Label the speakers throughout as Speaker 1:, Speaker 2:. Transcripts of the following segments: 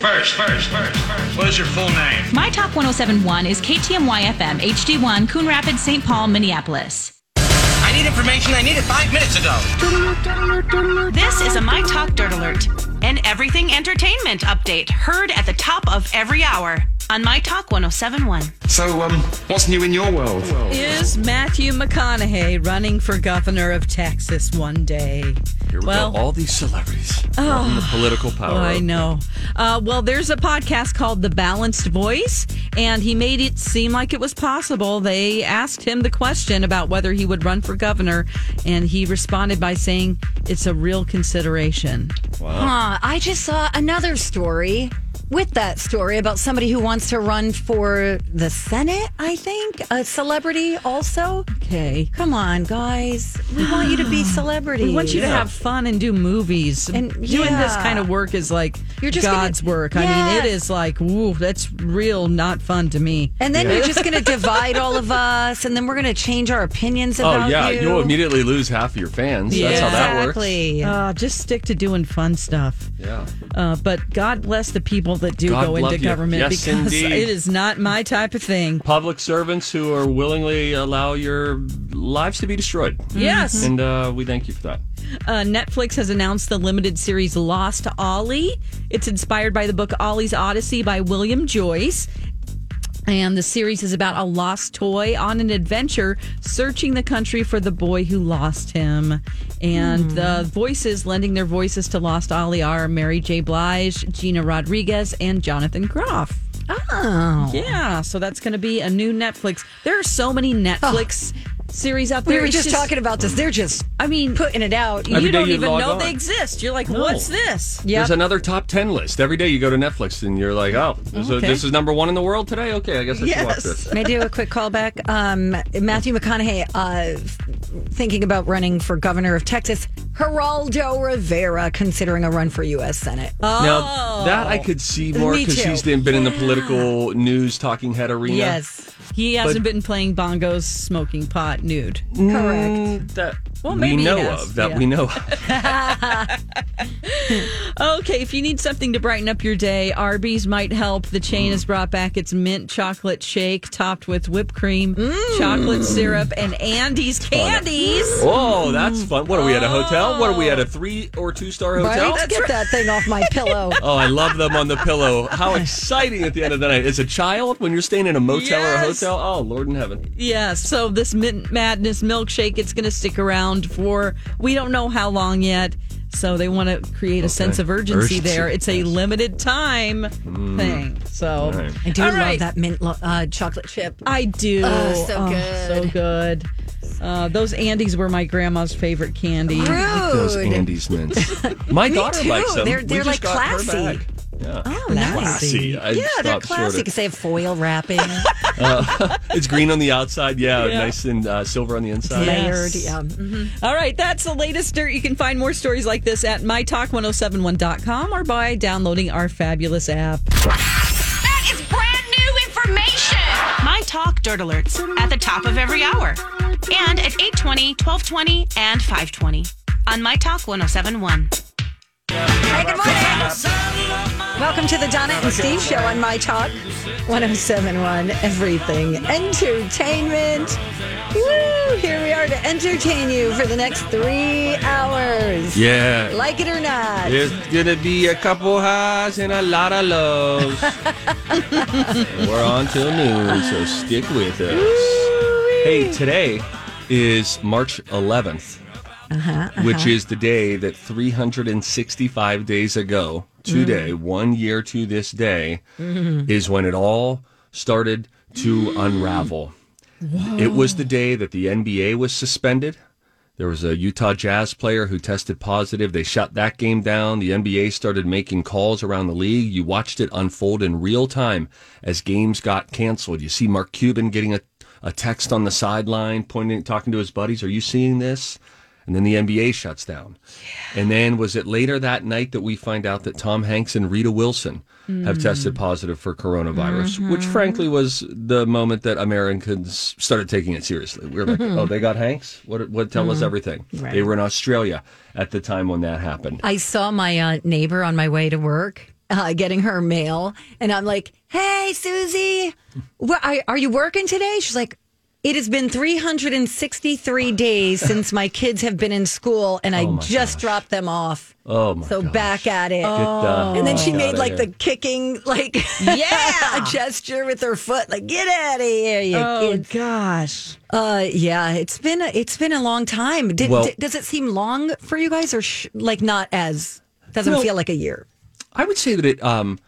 Speaker 1: First, first, first, first. What is your full name?
Speaker 2: My Talk 1071 is KTMYFM HD1 Coon Rapids, St. Paul, Minneapolis.
Speaker 1: I need information. I needed five minutes ago.
Speaker 2: This is a My Talk Dirt Alert, an everything entertainment update heard at the top of every hour on My Talk 1071.
Speaker 3: So, um, what's new in your world?
Speaker 4: Is Matthew McConaughey running for governor of Texas one day?
Speaker 5: Here we
Speaker 4: Well- Oh,
Speaker 5: go. All these celebrities wanting the political power.
Speaker 4: I know. Uh, well, there's a podcast called The Balanced Voice, and he made it seem like it was possible. They asked him the question about whether he would run for governor, and he responded by saying, It's a real consideration.
Speaker 6: Huh, Uh, I just saw another story with that story about somebody who wants to run for the Senate, I think. A celebrity also.
Speaker 4: Okay.
Speaker 6: Come on, guys. We want you to be celebrities.
Speaker 4: We want you to have fun and do movies.
Speaker 6: And-
Speaker 4: And doing this
Speaker 6: yeah.
Speaker 4: kind of work is like
Speaker 6: You're just gonna-
Speaker 4: God's work. I mean, it
Speaker 6: Yes.
Speaker 4: is like, woo, that's real not fun to me.
Speaker 6: And then you're just going to divide all of us, and then we're going to change our opinions
Speaker 5: Oh
Speaker 6: about
Speaker 5: yeah,
Speaker 6: you.
Speaker 5: will immediately lose half of your fans. That's how that works.
Speaker 6: exactly.
Speaker 4: Uh, just stick to doing fun stuff.
Speaker 5: Yeah.
Speaker 4: Uh, but God bless the people that do
Speaker 5: God
Speaker 4: go
Speaker 5: love
Speaker 4: into
Speaker 5: you.
Speaker 4: government
Speaker 5: Yes,
Speaker 4: because
Speaker 5: indeed.
Speaker 4: it is not my type of thing.
Speaker 5: Public servants who are willingly allow your lives to be destroyed.
Speaker 4: Yes.
Speaker 5: And uh, we thank you for that.
Speaker 4: Uh, Netflix has announced the limited series Lost Ollie. It's inspired by the book Ollie's Odyssey by William Joyce. And the series is about a lost toy on an adventure searching the country for the boy who lost him. And
Speaker 5: Mm-hmm.
Speaker 4: the voices lending their voices to Lost Ollie are Mary J. Blige, Gina Rodriguez, and Jonathan Groff.
Speaker 6: Oh.
Speaker 4: Yeah, so that's going to be a new Netflix. There are so many
Speaker 5: Oh.
Speaker 4: Netflix series out there.
Speaker 6: We were
Speaker 4: It's
Speaker 6: just, talking about this. They're just
Speaker 4: I mean,
Speaker 6: putting it out.
Speaker 5: Every
Speaker 4: you
Speaker 5: day
Speaker 4: don't
Speaker 5: you
Speaker 4: even
Speaker 5: log
Speaker 4: know
Speaker 5: on.
Speaker 4: they exist. You're like,
Speaker 5: No.
Speaker 4: what's this?
Speaker 6: Yep.
Speaker 5: There's another top ten list every day. You go to Netflix and you're like, oh, this,
Speaker 4: Okay.
Speaker 5: this is number one in the world today. Okay, I guess I should watch this.
Speaker 6: May I do a quick callback? Um, Matthew McConaughey uh, thinking about running for governor of Texas. Geraldo Rivera considering a run for U.S. Senate.
Speaker 5: Now that I could see more
Speaker 6: Me
Speaker 5: because
Speaker 6: too.
Speaker 5: he's been been in the political news talking head arena.
Speaker 6: yes,
Speaker 4: He hasn't been playing bongos, smoking pot, nude.
Speaker 6: correct.
Speaker 5: that
Speaker 4: Well,
Speaker 5: we
Speaker 4: maybe
Speaker 5: know
Speaker 4: yes,
Speaker 5: of. That
Speaker 4: yeah.
Speaker 5: we know of.
Speaker 4: Okay, if you need something to brighten up your day, Arby's might help. The chain has brought back its mint chocolate shake topped with whipped cream, chocolate syrup, and Andy's candies.
Speaker 5: Oh, that's fun. What are we at a hotel? What are we at a three or two star hotel?
Speaker 6: Right? Get that thing off my pillow.
Speaker 5: Oh, I love them on the pillow. How exciting at the end of the night. As a child, when you're staying in a motel or a
Speaker 4: Yes.
Speaker 5: hotel, oh, Lord in heaven.
Speaker 4: Yes, so this Mint Madness milkshake, it's going to stick around for we don't know how long yet. So they want to create a sense of urgency,
Speaker 5: Urgency,
Speaker 4: there. It's a limited time thing. So
Speaker 5: Mm. right.
Speaker 6: I do
Speaker 4: All
Speaker 6: love
Speaker 4: right.
Speaker 6: that mint lo- uh, chocolate chip.
Speaker 4: I do.
Speaker 6: Oh, so
Speaker 4: so good. Uh, those Andes were my grandma's favorite candy.
Speaker 5: Those
Speaker 6: Rude.
Speaker 5: Andes mints. My daughter
Speaker 6: too.
Speaker 5: likes them.
Speaker 6: They're-
Speaker 5: um, We
Speaker 6: they're
Speaker 5: just
Speaker 6: like
Speaker 5: got her
Speaker 6: classy.
Speaker 5: back. Yeah.
Speaker 6: Oh, nice.
Speaker 5: Classy. I
Speaker 6: Yeah, they're
Speaker 5: stopped short of-
Speaker 6: classy because they have foil wrapping,
Speaker 5: It's green on the outside. Yeah,
Speaker 4: Yeah.
Speaker 5: nice and uh, silver on the inside.
Speaker 6: layered. Yeah.
Speaker 4: All right, that's the latest dirt. You can find more stories like this at mytalk1071.com or by downloading our fabulous app.
Speaker 2: That is brand new information. My Talk Dirt Alerts at the top of every hour and at 820, 1220, and 520 on My Talk 1071.
Speaker 6: Hey, good morning.
Speaker 1: Sound of my
Speaker 6: Welcome to the Donna and Steve Show on My Talk 1071 Everything Entertainment. Woo! Here we are to entertain you for the next three hours.
Speaker 5: Yeah.
Speaker 6: Like it or not.
Speaker 5: There's gonna be a couple highs and a lot of lows. We're on till noon, so stick with us. Hey, today is March 11th, which is the day that 365 days ago, today, one year to this day, is when it all started to unravel. It was the day that the NBA was suspended. There was a Utah Jazz player who tested positive. They shut that game down. The NBA started making calls around the league. You watched it unfold in real time as games got canceled. You see Mark Cuban getting a, a text on the sideline, pointing, talking to his buddies. Are you seeing this? And then the NBA shuts down. And then was it later that night that we find out that Tom Hanks and Rita Wilson have
Speaker 6: Hmm.
Speaker 5: tested positive for coronavirus,
Speaker 6: Mm-hmm.
Speaker 5: which frankly was the moment that Americans started taking it seriously. We were like,
Speaker 6: Mm-hmm.
Speaker 5: oh, they got Hanks? What, what tell us everything? They were in Australia at the time when that happened.
Speaker 6: I saw my uh, neighbor on my way to work uh, getting her mail, and I'm like, "Hey, Susie, wha- are, are you working today?" She's like, "It has been 363 days since my kids have been in school, and I just dropped them off.
Speaker 5: Oh, my
Speaker 6: so
Speaker 5: gosh.
Speaker 6: back at it."
Speaker 5: Oh, Get the
Speaker 6: And then
Speaker 5: fuck
Speaker 6: she made
Speaker 5: outta
Speaker 6: like
Speaker 5: here.
Speaker 6: the kicking, like
Speaker 4: Yeah.
Speaker 6: gesture with her foot, like "Get out of here, you
Speaker 4: Oh
Speaker 6: kids!"
Speaker 4: gosh.
Speaker 6: Uh, yeah, it's been a, it's been a long time. Did,
Speaker 5: Well-
Speaker 6: d- does it seem long for you guys, or sh- like not as doesn't
Speaker 5: No.
Speaker 6: feel like a year?
Speaker 5: I would say that it um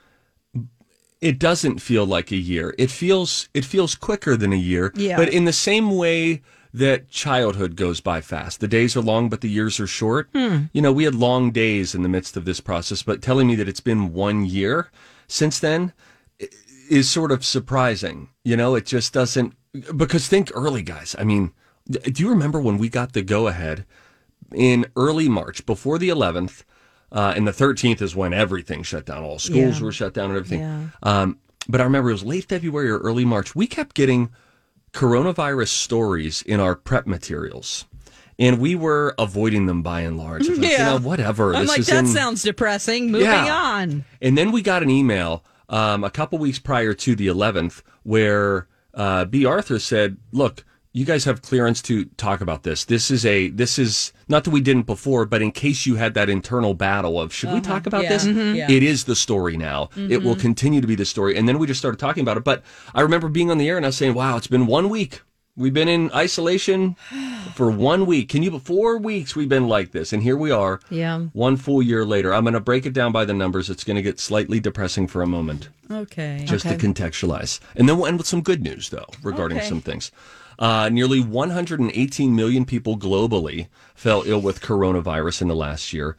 Speaker 5: it doesn't feel like a year. It feels it feels quicker than a year.
Speaker 6: Yeah.
Speaker 5: But in the same way that childhood goes by fast. The days are long but the years are short. You know, we had long days in the midst of this process, but telling me that it's been 1 year since then i- is sort of surprising. You know, it just doesn't because think early guys. I mean, d- do you remember when we got the go ahead in early March, before the 11th, uh, and the 13th is when everything shut down. All schools were shut down and everything. Um, but I remember it was late February or early March. We kept getting coronavirus stories in our prep materials, and we were avoiding them by and large. I was like, you
Speaker 4: Yeah.
Speaker 5: know, whatever.
Speaker 4: I'm
Speaker 5: this
Speaker 4: like,
Speaker 5: is
Speaker 4: that
Speaker 5: in-
Speaker 4: sounds depressing. Moving
Speaker 5: Yeah.
Speaker 4: on.
Speaker 5: and then we got an email um, a couple weeks prior to the 11th where uh, B. Arthur said, "Look, you guys have clearance to talk about this. This is a this is not that we didn't before, but in case you had that internal battle of should we talk about
Speaker 4: Yeah.
Speaker 5: this?
Speaker 4: Mhm. Yeah.
Speaker 5: It is the story now. It will continue to be the story." And then we just started talking about it. But I remember being on the air and I was saying, "Wow, it's been one week." We've been in isolation for one week. Can you? Four weeks we've been like this, and here we are.
Speaker 6: Yeah.
Speaker 5: One full year later, I'm going to break it down by the numbers. It's going to get slightly depressing for a moment,
Speaker 4: Okay.
Speaker 5: just to contextualize. And then we'll end with some good news, though, regarding
Speaker 4: Okay.
Speaker 5: some things. Uh, nearly 118 million people globally fell ill with coronavirus in the last year.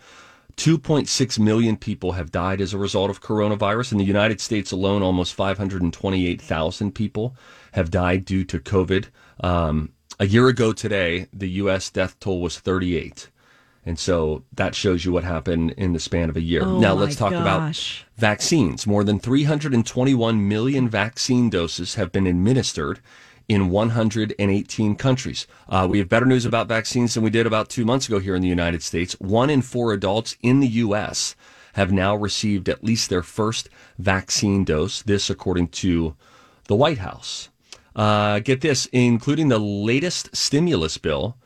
Speaker 5: 2.6 million people have died as a result of coronavirus. In the United States alone, almost 528,000 people have died due to COVID. Um, a year ago today, the U.S. death toll was 38. And so that shows you what happened in the span of a year. now
Speaker 4: Oh my
Speaker 5: let's talk
Speaker 4: gosh.
Speaker 5: about vaccines. More than 321 million vaccine doses have been administered in 118 countries. Uh, we have better news about vaccines than we did about two months ago here in the United States. One in four adults in the U.S. have now received at least their first vaccine dose. This, according to the White House. Uh, get this, including the latest stimulus bill.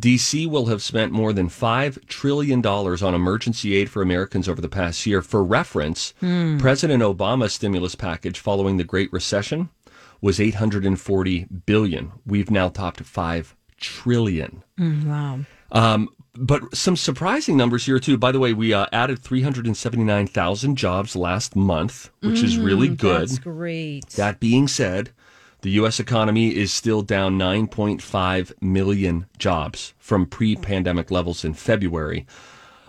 Speaker 5: DC will have spent more than $5 trillion on emergency aid for Americans over the past year. For reference, President Obama's stimulus package following the Great Recession was 840 billion. We've now topped 5 trillion.
Speaker 6: Wow.
Speaker 5: Um, but some surprising numbers here too. By the way, we uh, added 379,000 jobs last month, which is really good.
Speaker 4: That's great.
Speaker 5: That being said, the U.S. economy is still down 9.5 million jobs from pre pandemic levels in February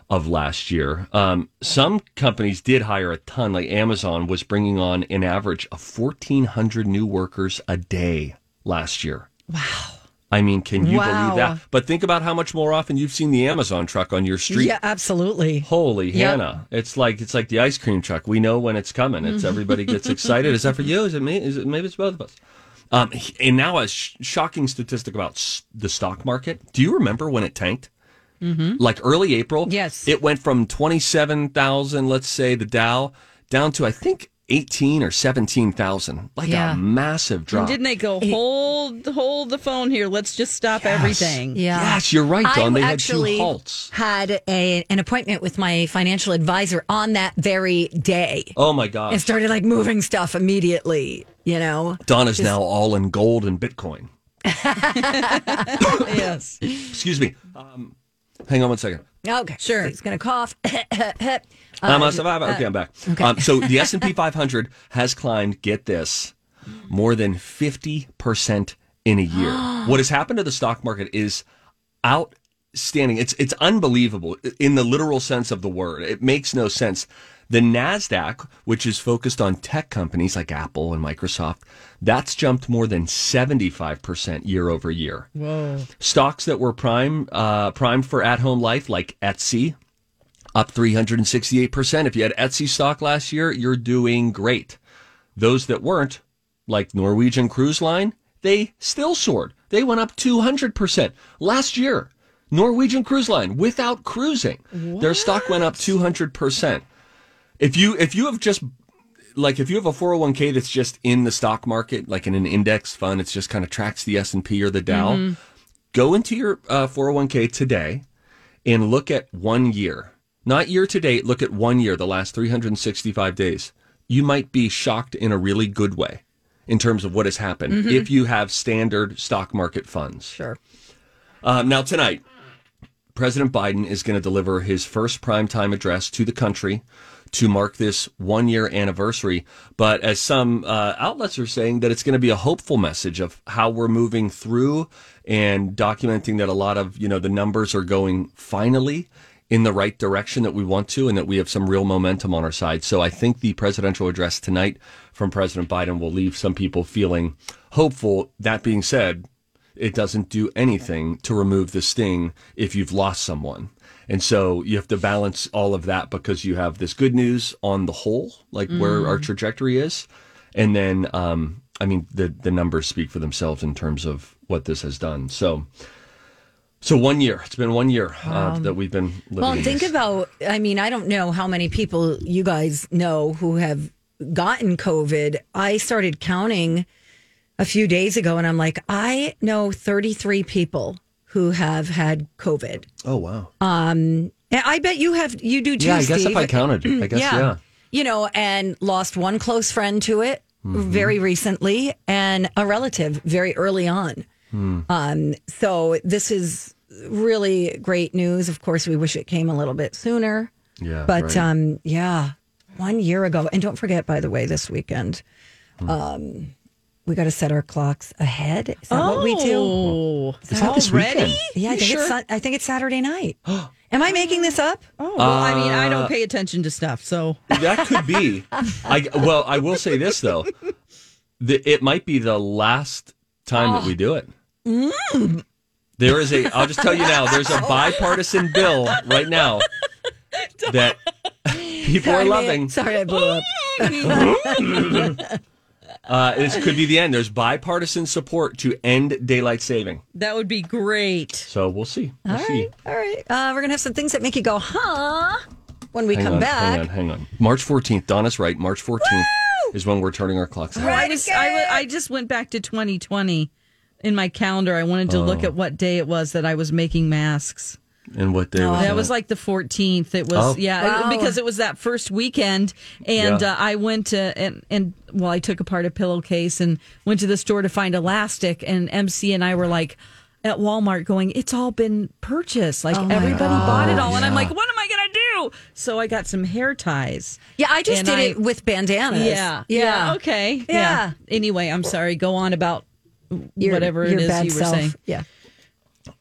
Speaker 5: of last year. Um, some companies did hire a ton, like Amazon was bringing on an average of 1,400 new workers a day last year. Wow. I mean, can you
Speaker 6: Wow.
Speaker 5: believe that? But think about how much more often you've seen the Amazon truck on your street.
Speaker 6: Yeah, absolutely.
Speaker 5: Holy
Speaker 6: Yep.
Speaker 5: Hannah! It's like it's like the ice cream truck. We know when it's coming. It's
Speaker 6: Mm-hmm.
Speaker 5: everybody gets excited. Is that for you? Is it me? Is it maybe it's both of us? Um, and now a sh- shocking statistic about s- the stock market. Do you remember when it tanked?
Speaker 6: Mm-hmm.
Speaker 5: Like early April.
Speaker 4: Yes.
Speaker 5: it went from twenty seven thousand, let's say the Dow, down to I think eighteen or seventeen thousand, like
Speaker 4: Yeah.
Speaker 5: a massive drop.
Speaker 4: Didn't they go hold hold the phone here? Let's just stop everything.
Speaker 5: Yes, you're right, Dawn. They
Speaker 6: I
Speaker 5: had two
Speaker 6: actually
Speaker 5: halts.
Speaker 6: had a, an appointment with my financial advisor on that very day
Speaker 5: Oh my gosh.
Speaker 6: and started like moving stuff immediately, you know?
Speaker 5: Donna's now all in gold and Bitcoin.
Speaker 6: yes.
Speaker 5: Excuse me. Um, hang on one second.
Speaker 6: Okay. Sure. He's going to cough. Uh,
Speaker 5: I'm a survivor. okay, I'm back.
Speaker 6: okay.
Speaker 5: Um, so the S and P 500 has climbed. Get this, more than 50 percent in a year. what has happened to the stock market is outstanding. It's it's unbelievable in the literal sense of the word. It makes no sense. The Nasdaq, which is focused on tech companies like Apple and Microsoft, that's jumped more than 75 percent year over year.
Speaker 7: Whoa.
Speaker 5: Stocks that were prime uh, prime for at home life, like Etsy, up 368%. If you had Etsy stock last year, you're doing great. Those that weren't, like Norwegian Cruise Line, they still soared. They went up 200% last year. Norwegian Cruise Line without cruising, their stock went up 200%. If you if you have just like if you have a 401k that's just in the stock market, like in an index fund, it's just kind of tracks the S&P or the Dow,
Speaker 8: Mhm.
Speaker 5: go into your uh, 401k today and look at one year, not year to date, look at one year, the last 365 days. You might be shocked in a really good way in terms of what has happened
Speaker 8: Mhm.
Speaker 5: if you have standard stock market funds.
Speaker 6: Sure.
Speaker 5: Um, now, tonight, President Biden is going to deliver his first primetime address to the country to mark this one year anniversary. But as some uh, outlets are saying, that it's going to be a hopeful message of how we're moving through and documenting that a lot of, you know, the numbers are going finally in the right direction that we want to and that we have some real momentum on our side. So I think the presidential address tonight from President Biden will leave some people feeling hopeful. That being said, it doesn't do anything to remove the sting if you've lost someone. And so you have to balance all of that because you have this good news on the whole, like where
Speaker 8: Mm.
Speaker 5: our trajectory is. And then, um, I mean, the, the numbers speak for themselves in terms of what this has done. So, so one year, it's been one year uh,
Speaker 6: Wow.
Speaker 5: that we've been living.
Speaker 6: Well,
Speaker 5: in
Speaker 6: think
Speaker 5: this.
Speaker 6: about, I mean, I don't know how many people you guys know Oh, who have gotten COVID. I started counting a few days ago and I'm like, I know 33 people who have had COVID.
Speaker 5: Oh, wow.
Speaker 6: Um, and I bet you have, you do too.
Speaker 5: Yeah, I guess if
Speaker 6: Steve.
Speaker 5: I counted it, I guess, yeah.
Speaker 6: You know, and lost one close friend to it
Speaker 5: Mhm.
Speaker 6: very recently and a relative very early on.
Speaker 5: Hmm.
Speaker 6: Um, so this is really great news. Of course, we wish it came a little bit sooner.
Speaker 5: Yeah,
Speaker 6: But
Speaker 5: right.
Speaker 6: um, yeah, one year ago. And don't forget, by the way, this weekend,
Speaker 5: Hmm.
Speaker 6: um, we got to set our clocks ahead. Is that what we do?
Speaker 4: Oh.
Speaker 6: Is
Speaker 4: Is that this Already? weekend?
Speaker 6: Yeah, I
Speaker 4: You
Speaker 6: think,
Speaker 4: sure?
Speaker 6: it's, Sun- I think it's Saturday night. Am I making this up?
Speaker 4: Oh, well, I mean, I
Speaker 5: Uh,
Speaker 4: don't pay attention to stuff, so
Speaker 5: That could be. I well, I will say this though, the, it might be the last time that we do it. There is a. I'll just tell you now. There's a bipartisan bill right now that people
Speaker 6: Sorry,
Speaker 5: are
Speaker 6: man.
Speaker 5: loving.
Speaker 6: Sorry, I blew up.
Speaker 5: Uh, this could be the end. There's bipartisan support to end daylight saving.
Speaker 4: that would be great.
Speaker 5: So we'll see. We'll
Speaker 6: All
Speaker 5: see.
Speaker 6: right, all right. Uh, we're gonna have some things that make you go, huh? When we
Speaker 5: hang
Speaker 6: come
Speaker 5: on,
Speaker 6: back.
Speaker 5: Hang on, hang on. March 14th. Donna's right. March 14th is when we're turning our clocks.
Speaker 4: Oh,
Speaker 5: out.
Speaker 4: I was I, wa- I just went back to 2020 in my calendar. I wanted to look
Speaker 5: Oh.
Speaker 4: at what day it was that I was making masks.
Speaker 5: And what
Speaker 6: Oh,
Speaker 5: day was
Speaker 4: that
Speaker 5: that?
Speaker 4: was like the 14th. It
Speaker 5: Oh.
Speaker 4: was yeah,
Speaker 6: Wow.
Speaker 4: because it was that first weekend and
Speaker 5: Yeah.
Speaker 4: uh, I went to and and well I took apart a pillowcase and went to the store to find elastic and MC and I were like at Walmart going it's all been purchased. Like
Speaker 6: Oh my
Speaker 4: everybody
Speaker 6: God.
Speaker 4: bought it all and I'm
Speaker 6: Yeah.
Speaker 4: like what am I going to do? So I got some hair ties.
Speaker 6: Yeah, I just
Speaker 4: And
Speaker 6: did
Speaker 4: I-
Speaker 6: it with bandanas.
Speaker 4: yeah,
Speaker 6: yeah.
Speaker 4: Okay. Yeah.
Speaker 6: Yeah.
Speaker 4: Anyway, I'm sorry. Go on about
Speaker 6: Your-
Speaker 4: whatever
Speaker 6: your
Speaker 4: it is
Speaker 6: bad
Speaker 4: you were
Speaker 6: self.
Speaker 4: saying.
Speaker 6: Yeah.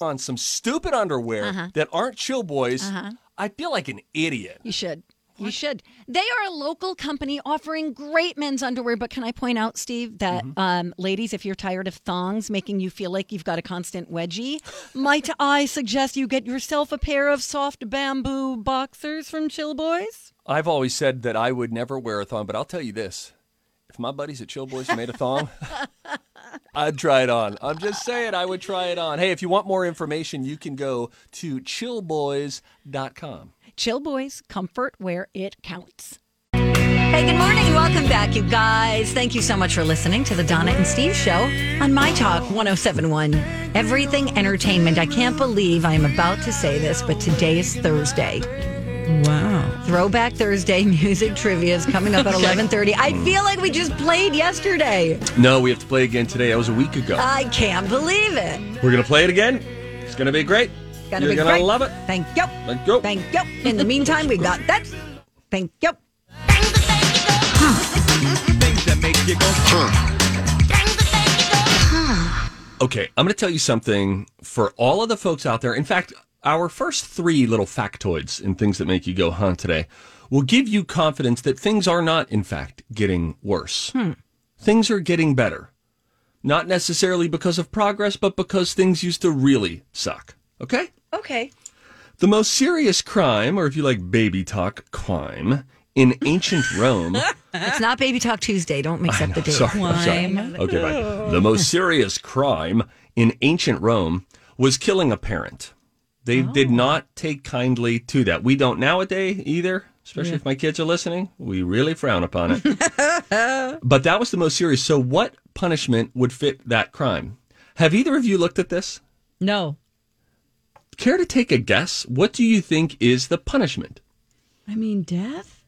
Speaker 5: on some stupid underwear
Speaker 6: Uh-huh.
Speaker 5: that aren't chill boys,
Speaker 6: Uh-huh.
Speaker 5: I feel like an idiot.
Speaker 6: You should. You should. They are a local company offering great men's underwear, but can I point out, Steve, that um, ladies, if you're tired of thongs making you feel like you've got a constant wedgie, might I suggest you get yourself a pair of soft bamboo boxers from Chill Boys?
Speaker 5: I've always said that I would never wear a thong, but I'll tell you this. If my buddies at Chill Boys made a thong, I'd try it on. I'm just saying, I would try it on. Hey, if you want more information, you can go to chillboys.com.
Speaker 6: Chill Boys, comfort where it counts. Hey, good morning. Welcome back, you guys. Thank you so much for listening to the Donna and Steve show on My Talk 1071. Everything Entertainment. I can't believe I'm about to say this, but today is Thursday.
Speaker 4: Wow.
Speaker 6: Throwback Thursday music trivia is coming up at
Speaker 4: Okay.
Speaker 6: 11:30. I
Speaker 5: Hmm.
Speaker 6: feel like we just played yesterday.
Speaker 5: No, we have to play again today. That was a week ago.
Speaker 6: I can't believe it.
Speaker 5: We're going to play it again. It's going to be great.
Speaker 6: Gotta
Speaker 5: You're
Speaker 6: be
Speaker 5: gonna
Speaker 6: great.
Speaker 5: love it.
Speaker 6: Thank you.
Speaker 5: Thank you.
Speaker 6: Thank you. In the meantime, we got that. Thank you.
Speaker 5: Things that make you go, Okay, I'm going to tell you something for all of the folks out there. In fact, our first three little factoids and things that make you go, huh, today will give you confidence that things are not, in fact, getting worse. Things are getting better. Not necessarily because of progress, but because things used to really suck. Okay?
Speaker 6: Okay.
Speaker 5: The most serious crime, or if you like baby talk, crime in ancient Rome.
Speaker 6: It's not Baby Talk Tuesday. Don't mix up the date.
Speaker 5: Sorry, I'm sorry. Okay, bye. The most serious crime in ancient Rome was killing a parent. They did
Speaker 6: Oh.
Speaker 5: not take kindly to that. We don't nowadays either, especially if my kids are listening. We really frown upon it. but that was the most serious. So, what punishment would fit that crime? Have either of you looked at this?
Speaker 4: No.
Speaker 5: Care to take a guess? What do you think is the punishment?
Speaker 4: I mean, death?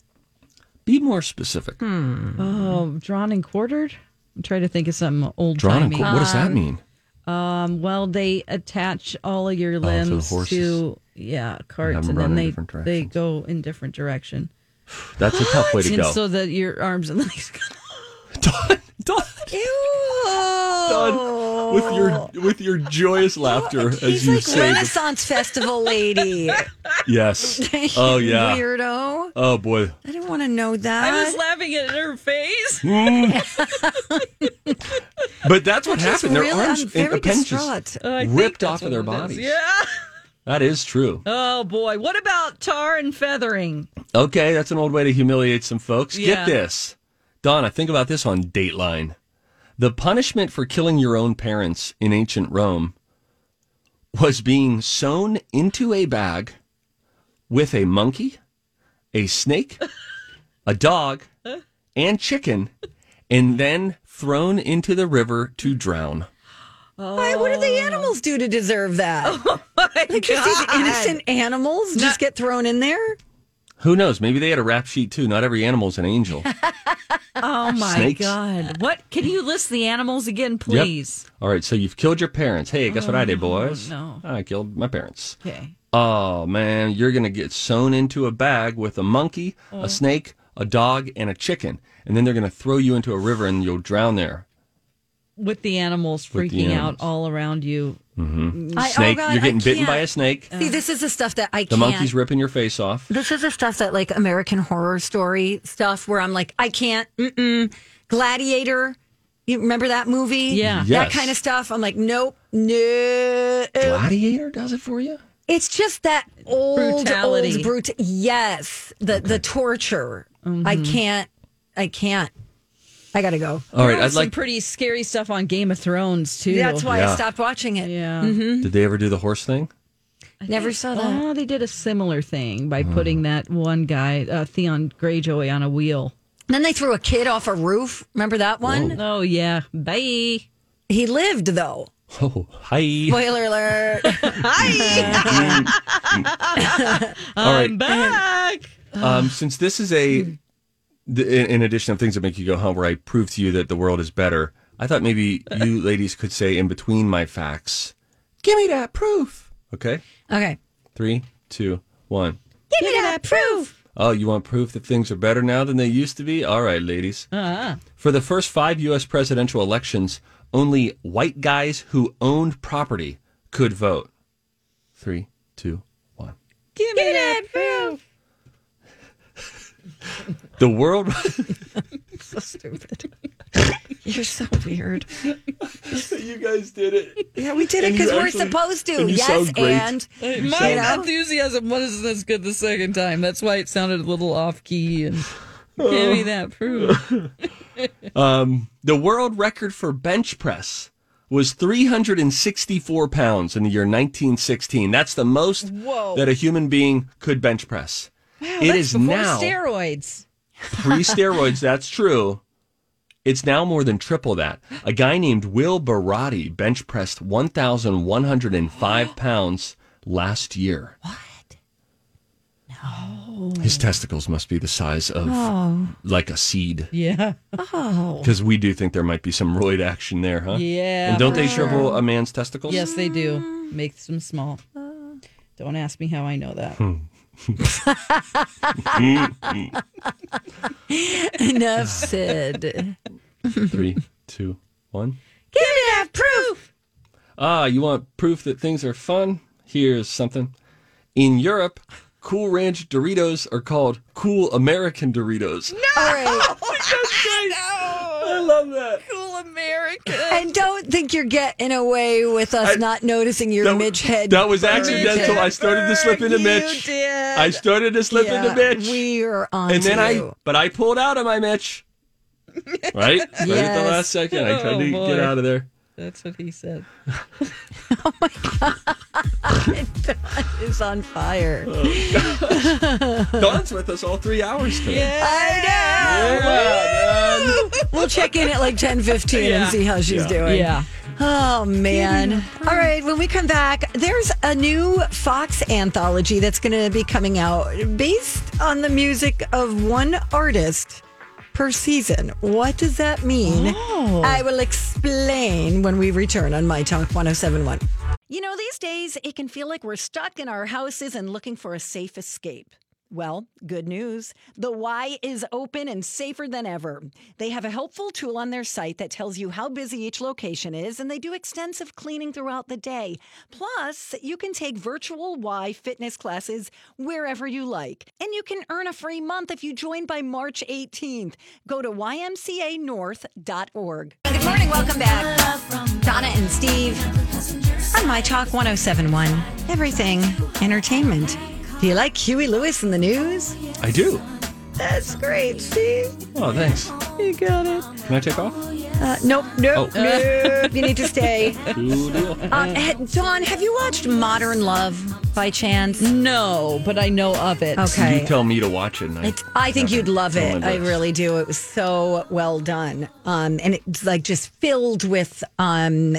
Speaker 5: Be more specific.
Speaker 6: Hmm,
Speaker 4: Oh, drawn and quartered? I'm trying to think of some old
Speaker 5: Drawn and
Speaker 4: timey.
Speaker 5: qu- what does that mean?
Speaker 4: Um, well, they attach all of your
Speaker 5: the
Speaker 4: limbs to,
Speaker 5: horses.
Speaker 4: yeah
Speaker 5: Have
Speaker 4: carts,
Speaker 5: 'em run
Speaker 4: and then
Speaker 5: in
Speaker 4: they
Speaker 5: different
Speaker 4: they
Speaker 5: directions.
Speaker 4: go in different direction.
Speaker 5: That's a tough way to
Speaker 4: and
Speaker 5: go.
Speaker 4: so that your arms and legs.
Speaker 5: Done. Done. Done with your with your joyous laughter as
Speaker 6: Oh. He's
Speaker 5: you
Speaker 6: like
Speaker 5: say. the-
Speaker 6: Renaissance Festival lady.
Speaker 5: yes. Oh yeah.
Speaker 6: Weirdo.
Speaker 5: Oh boy.
Speaker 6: I didn't want to know that.
Speaker 4: I was laughing at her face.
Speaker 5: But that's what
Speaker 6: Just
Speaker 5: happened. Their
Speaker 6: really-
Speaker 5: arms
Speaker 6: I'm
Speaker 5: and
Speaker 6: very
Speaker 5: appendages
Speaker 6: distraught.
Speaker 4: I think
Speaker 5: ripped
Speaker 4: that's
Speaker 5: off of
Speaker 4: what
Speaker 5: their
Speaker 4: it is.
Speaker 5: bodies.
Speaker 4: Yeah.
Speaker 5: That is true.
Speaker 4: Oh boy. What about tar and feathering?
Speaker 5: Okay, that's an old way to humiliate some folks.
Speaker 4: Yeah.
Speaker 5: Get this. Donna, think about this on Dateline. The punishment for killing your own parents in ancient Rome was being sewn into a bag with a monkey, a snake, a dog, and chicken, and then thrown into the river to drown.
Speaker 6: Why? What do the animals do to deserve that? like, just these innocent animals just get thrown in there.
Speaker 5: Who knows? Maybe they had a rap sheet too. Not every animal's an angel.
Speaker 4: Oh my
Speaker 5: Snakes.
Speaker 4: god. What can you list the animals again, please?
Speaker 5: All right, so you've killed your parents. Hey, guess what I
Speaker 6: Oh,
Speaker 5: did, boys?
Speaker 4: no.
Speaker 5: I killed my parents.
Speaker 4: Okay.
Speaker 5: Oh man, you're gonna get sewn into a bag with a
Speaker 6: Oh.
Speaker 5: monkey, a snake, a dog, and a chicken, and then they're gonna throw you into a river and you'll drown there.
Speaker 4: with the animals
Speaker 5: With the
Speaker 4: freaking
Speaker 5: animals.
Speaker 4: out all around you.
Speaker 5: Mm-hmm.
Speaker 6: I- oh,
Speaker 5: snake,
Speaker 6: God,
Speaker 5: you're getting
Speaker 6: I
Speaker 5: bitten
Speaker 6: can't.
Speaker 5: by a snake.
Speaker 6: See, this is the stuff that I
Speaker 5: the
Speaker 6: can't.
Speaker 5: monkey's ripping your face off.
Speaker 6: This is the stuff that like American horror story stuff where I'm like, I can't. Mm-mm. Gladiator. You remember that movie?
Speaker 5: Yeah.
Speaker 6: That
Speaker 5: Yes.
Speaker 6: kind of stuff. I'm like, nope, no.
Speaker 5: Gladiator does it for you?
Speaker 6: It's just that old,
Speaker 4: Brutality.
Speaker 6: old brut. Yes, the the torture. I can't. I can't. I gotta go.
Speaker 5: All right,
Speaker 4: There was
Speaker 5: I'd
Speaker 4: some
Speaker 5: like.
Speaker 4: pretty scary stuff on Game of Thrones too.
Speaker 6: That's why
Speaker 5: Yeah.
Speaker 6: I stopped watching it.
Speaker 4: Yeah.
Speaker 6: hmm
Speaker 5: Did they ever do the horse thing?
Speaker 6: Never saw that.
Speaker 4: Oh, they did a similar thing
Speaker 5: Hmm.
Speaker 4: by putting that one guy, uh, Theon Greyjoy, on a wheel.
Speaker 6: Then they threw a kid off a roof. Remember that one?
Speaker 4: Oh yeah, bye.
Speaker 6: He lived though.
Speaker 5: Oh, hi.
Speaker 6: Spoiler alert.
Speaker 5: All right.
Speaker 4: I'm back.
Speaker 5: Um, since this is a, th- in, in addition of things that make you go home, where I prove to you that the world is better, I thought maybe you ladies could say in between my facts, give me that proof. Okay,
Speaker 6: okay.
Speaker 5: three, two, one.
Speaker 6: Give me that proof.
Speaker 5: Oh, you want proof that things are better now than they used to be? All right, ladies.
Speaker 4: Uh-huh.
Speaker 5: For the first five U.S. presidential elections, only white guys who owned property could vote. Three, two, one.
Speaker 4: Give me that proof.
Speaker 5: The world.
Speaker 4: So stupid.
Speaker 6: You're so weird.
Speaker 5: you guys did it.
Speaker 6: Yeah, we did it
Speaker 5: And you
Speaker 6: because we're
Speaker 5: actually-
Speaker 6: supposed to.
Speaker 5: and you
Speaker 6: Yes,
Speaker 5: sound great.
Speaker 6: and
Speaker 4: My
Speaker 6: You know?
Speaker 4: enthusiasm wasn't as good the second time. That's why it sounded a little off key. And give me that proof.
Speaker 5: Um, the world record for bench press was 364 pounds in the year 1916. That's the most
Speaker 4: Whoa.
Speaker 5: that a human being could bench press. it is
Speaker 4: Before
Speaker 5: now
Speaker 4: steroids.
Speaker 5: pre steroids. That's true. It's now more than triple that. A guy named Will Barati bench pressed 1,105 pounds last year. What? No. His testicles must be the size of like a seed.
Speaker 4: Oh. Yeah.
Speaker 5: Because we do think there might be some roid action there, huh?
Speaker 4: Yeah,
Speaker 5: And don't they
Speaker 4: for sure.
Speaker 5: shrivel a man's testicles?
Speaker 4: Yes, they do. Make them small. Don't ask me how I know that.
Speaker 5: Hmm.
Speaker 6: enough said. Give me
Speaker 5: Three, two, one.
Speaker 6: that proof.
Speaker 5: Ah, you want proof that things are fun? Here's something. In Europe, Cool Ranch Doritos are called Cool American Doritos.
Speaker 6: All right.
Speaker 5: I love that.
Speaker 4: Cool American.
Speaker 6: And don't think you're getting away with us
Speaker 5: I-
Speaker 6: not noticing your
Speaker 5: that,
Speaker 6: Midge head.
Speaker 5: That was accidental. I started to slip into
Speaker 4: You
Speaker 5: Mitch.
Speaker 4: did.
Speaker 5: I started to slip into Mitch.
Speaker 6: We are on.
Speaker 5: and then I, but I pulled out of my Mitch. Right? Right at the
Speaker 6: Yes.
Speaker 5: last second. I tried
Speaker 4: Oh,
Speaker 5: to
Speaker 4: boy.
Speaker 5: get out of there.
Speaker 4: That's what he said.
Speaker 6: is on fire.
Speaker 5: Dawn's with us all three hours today.
Speaker 6: I know.
Speaker 5: Yeah, man.
Speaker 6: Um, We'll check in at like ten fifteen and see how she's doing.
Speaker 4: Yeah.
Speaker 6: Oh man. All right, when we come back, there's a new Fox anthology that's going to be coming out based on the music of one artist per season. What does that mean? I will explain when we return on My Talk 1071. You know, these days it can feel like we're stuck in our houses and looking for a safe escape. Well, good news. The Y is open and safer than ever. They have a helpful tool on their site that tells you how busy each location is, and they do extensive cleaning throughout the day. Plus, you can take virtual Y fitness classes wherever you like, and you can earn a free month if you join by March 18th. Go to ymcanorth.org. Good morning. Welcome back. Donna and Steve on My Talk 1071. Everything entertainment. Do you like Huey Lewis in the news?
Speaker 5: I do.
Speaker 6: That's great, Steve.
Speaker 5: Oh, thanks.
Speaker 6: You got it.
Speaker 5: Can I take off?
Speaker 6: Uh, nope, nope,
Speaker 5: Oh.
Speaker 6: nope. You need to stay.
Speaker 5: Good deal.
Speaker 6: Um, eh,
Speaker 4: Mm.
Speaker 6: Dawn, have you watched Modern Love by chance?
Speaker 4: No, but I know of it.
Speaker 6: Okay.
Speaker 5: You tell me to watch it. And I,
Speaker 6: It's, I think you'd love
Speaker 5: It's on
Speaker 6: it.
Speaker 5: my
Speaker 6: I
Speaker 5: list.
Speaker 6: really do. It was so well done. Um, and it's like just filled with um,